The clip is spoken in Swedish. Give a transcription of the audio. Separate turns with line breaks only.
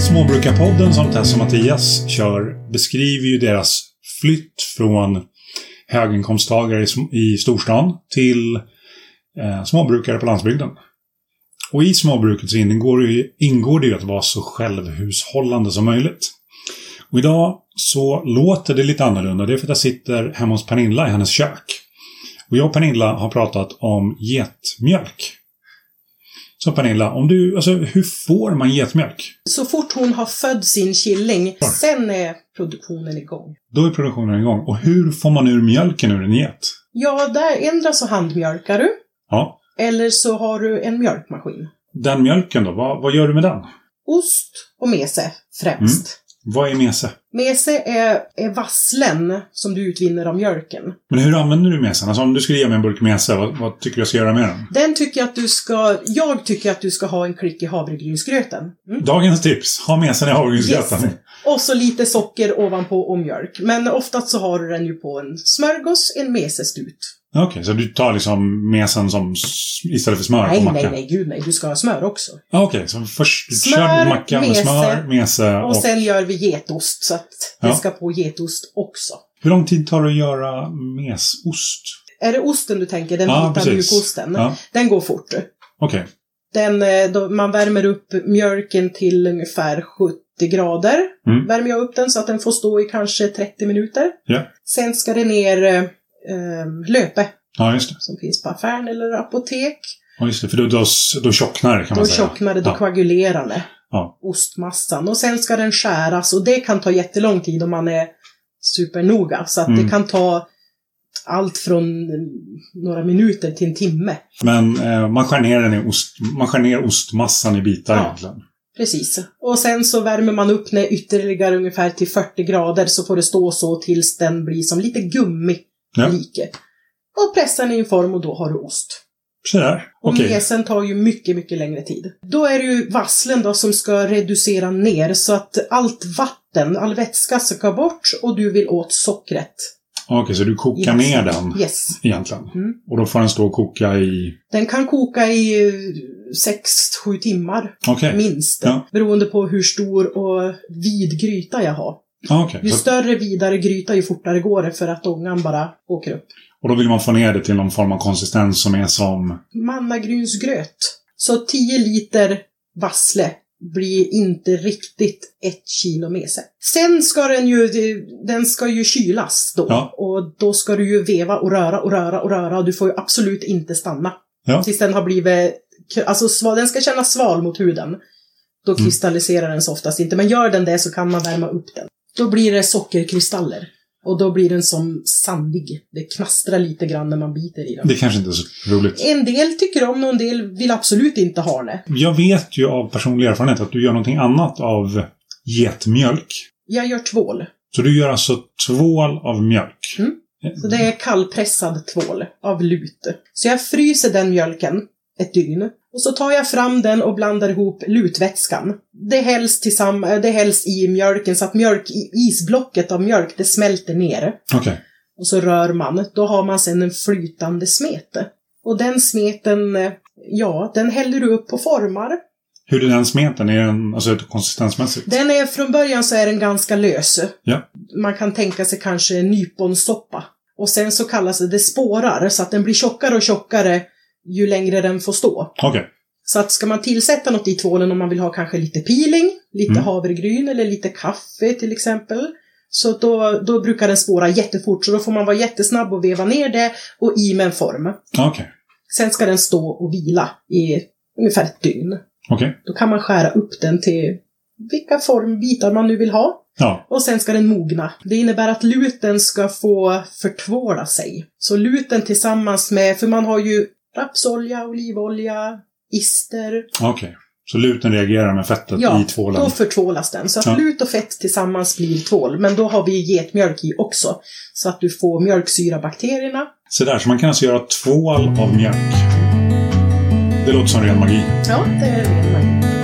Småbrukarpodden som Tess och Mattias kör beskriver ju deras flytt från höginkomsttagare i sm- i storstan till eh, småbrukare på landsbygden. Och i småbruket så ingår, ju- ingår det ju att vara så självhushållande som möjligt. Och idag så låter det lite annorlunda. Det är för att jag sitter hemma hos Pernilla i hennes kök. Och jag och Pernilla har pratat om getmjölk. Så Pernilla, om du, alltså, hur får man getmjölk?
Så fort hon har fött sin killing, sen är produktionen igång.
Då är produktionen igång. Och hur får man ur mjölken ur en get?
Ja, där ändrar så handmjölkar du.
Ja.
Eller så har du en mjölkmaskin.
Den mjölken då, vad, vad gör du med den?
Ost och mese, främst.
Vad är mese?
Mese är, är vasslen som du utvinner av mjölken.
Men hur använder du mesen? Alltså om du skulle ge mig en burk mese, vad, vad tycker du jag ska göra med den?
Den tycker jag att du ska, jag tycker att du ska ha en klick i havregrynsgröten. Mm.
Dagens tips, ha mesen i havregrynsgröten.
Yes. Och så lite socker ovanpå och mjölk. Men oftast så har du den ju på en smörgås, en mesestut.
Okej, så du tar liksom mesen som s- istället för smör på
Nej,
mackan?
nej, nej, gud nej, du ska ha smör också.
Ja, Okej, så först
Smör,
körd macka med
mese.
smör, mese och...
Och sen gör vi getost, så att
Ja.
det ska på getost också.
Hur lång tid tar det att göra mesost?
Är det osten du tänker, den
Ja,
vita
precis.
mjukosten?
Ja,
Den går fort.
Okej.
Den, eh, då, man värmer upp mjölken till ungefär 70 grader.
Mm.
Värmer jag upp den så att den får stå i kanske 30 minuter.
Ja.
Sen ska det ner eh, eh, löpe
Ja, just det.
som finns på affären eller apotek.
Ja, just det. För då, då, s- då tjocknar det kan
Då
man säga.
tjocknar det, då
Ja.
koagulerar det.
Ja.
Ostmassan. Och sen ska den skäras och det kan ta jättelång tid om man är supernoga. Så att
Mm.
det kan ta allt från eh, några minuter till en timme.
Men eh, man, skär ner den i ost, man skär ner ostmassan i bitar
Ja.
egentligen.
Precis. Och sen så värmer man upp den ytterligare ungefär till 40 grader så får det stå så tills den blir som lite gummi
Ja.
like. Och pressar den i en form och då har du ost.
Sådär.
Och
Okej.
mesen tar ju mycket, mycket längre tid. Då är det ju vasslen då som ska reducera ner så att allt vatten, all vätska ska bort och du vill åt sockret.
Okej, så du kokar
Yes.
ner den
Yes.
egentligen.
Mm.
Och då får den stå och koka i...
Den kan koka i 6-7 timmar
Okej.
minst.
Ja.
Beroende på hur stor och vid gryta jag har.
Ja, okej.
Ju
Så-
större, vidare gryta, ju fortare går det för att ångan bara åker upp.
Och då vill man få ner det till någon form av konsistens som är som...
Mannagrynsgröt. Så 10 liter vassle blir inte riktigt ett kilo mese. Sen ska den ju, den ska ju kylas då.
Ja.
Och då ska du ju veva och röra och röra och röra och du får ju absolut inte stanna.
Ja.
Tills den har blivit, alltså sval, den ska kännas sval mot huden. Då
Mm.
kristalliserar den så oftast inte, men gör den det så kan man värma upp den. Då blir det sockerkristaller. Och då blir den som sandig. Det knastrar lite grann när man biter i den.
Det kanske inte är så roligt.
En del tycker om det och en del vill absolut inte ha det.
Jag vet ju av personlig erfarenhet att du gör någonting annat av getmjölk.
Jag gör tvål.
Så du gör alltså tvål av mjölk.
Mm. Så det är kallpressad tvål av lut. Så jag fryser den mjölken ett dygn. Och så tar jag fram den och blandar ihop lutvätskan. Det hälls, tillsamm- eh, det hälls i mjölken så att mjölk, i- isblocket av mjölk det smälter ner.
Okej.
Och så rör man. Då har man sen en flytande smet. Och den smeten, eh, ja, den häller du upp på formar.
Hur är den smeten? Är den alltså, konsistensmässigt?
Den är, från början så är den ganska lös.
Ja.
Man kan tänka sig kanske nyponsoppa. Och sen så kallas det, det spårar, så att den blir tjockare och tjockare ju längre den får stå.
Okej.
Så att ska man tillsätta något i tvålen om man vill ha kanske lite peeling, lite
Mm.
havregryn eller lite kaffe till exempel. Så då, då brukar den spåra jättefort, så då får man vara jättesnabb och veva ner det och i med en form.
Okej.
Sen ska den stå och vila i ungefär ett dygn.
Okej.
Då kan man skära upp den till vilka formbitar man nu vill ha.
Ja.
Och sen ska den mogna. Det innebär att luten ska få förtvåla sig. Så luten tillsammans med, för man har ju rapsolja, olivolja, ister.
Okej. Så luten reagerar med fettet
Ja,
i tvålen.
Då förtvålas den. Så att
Ja.
lut och fett tillsammans blir tvål. Men då har vi getmjölk i också. Så att du får mjölksyrabakterierna.
Så där, så man kan alltså göra tvål av mjölk. Det låter som ren magi.
Ja, det är ren magi.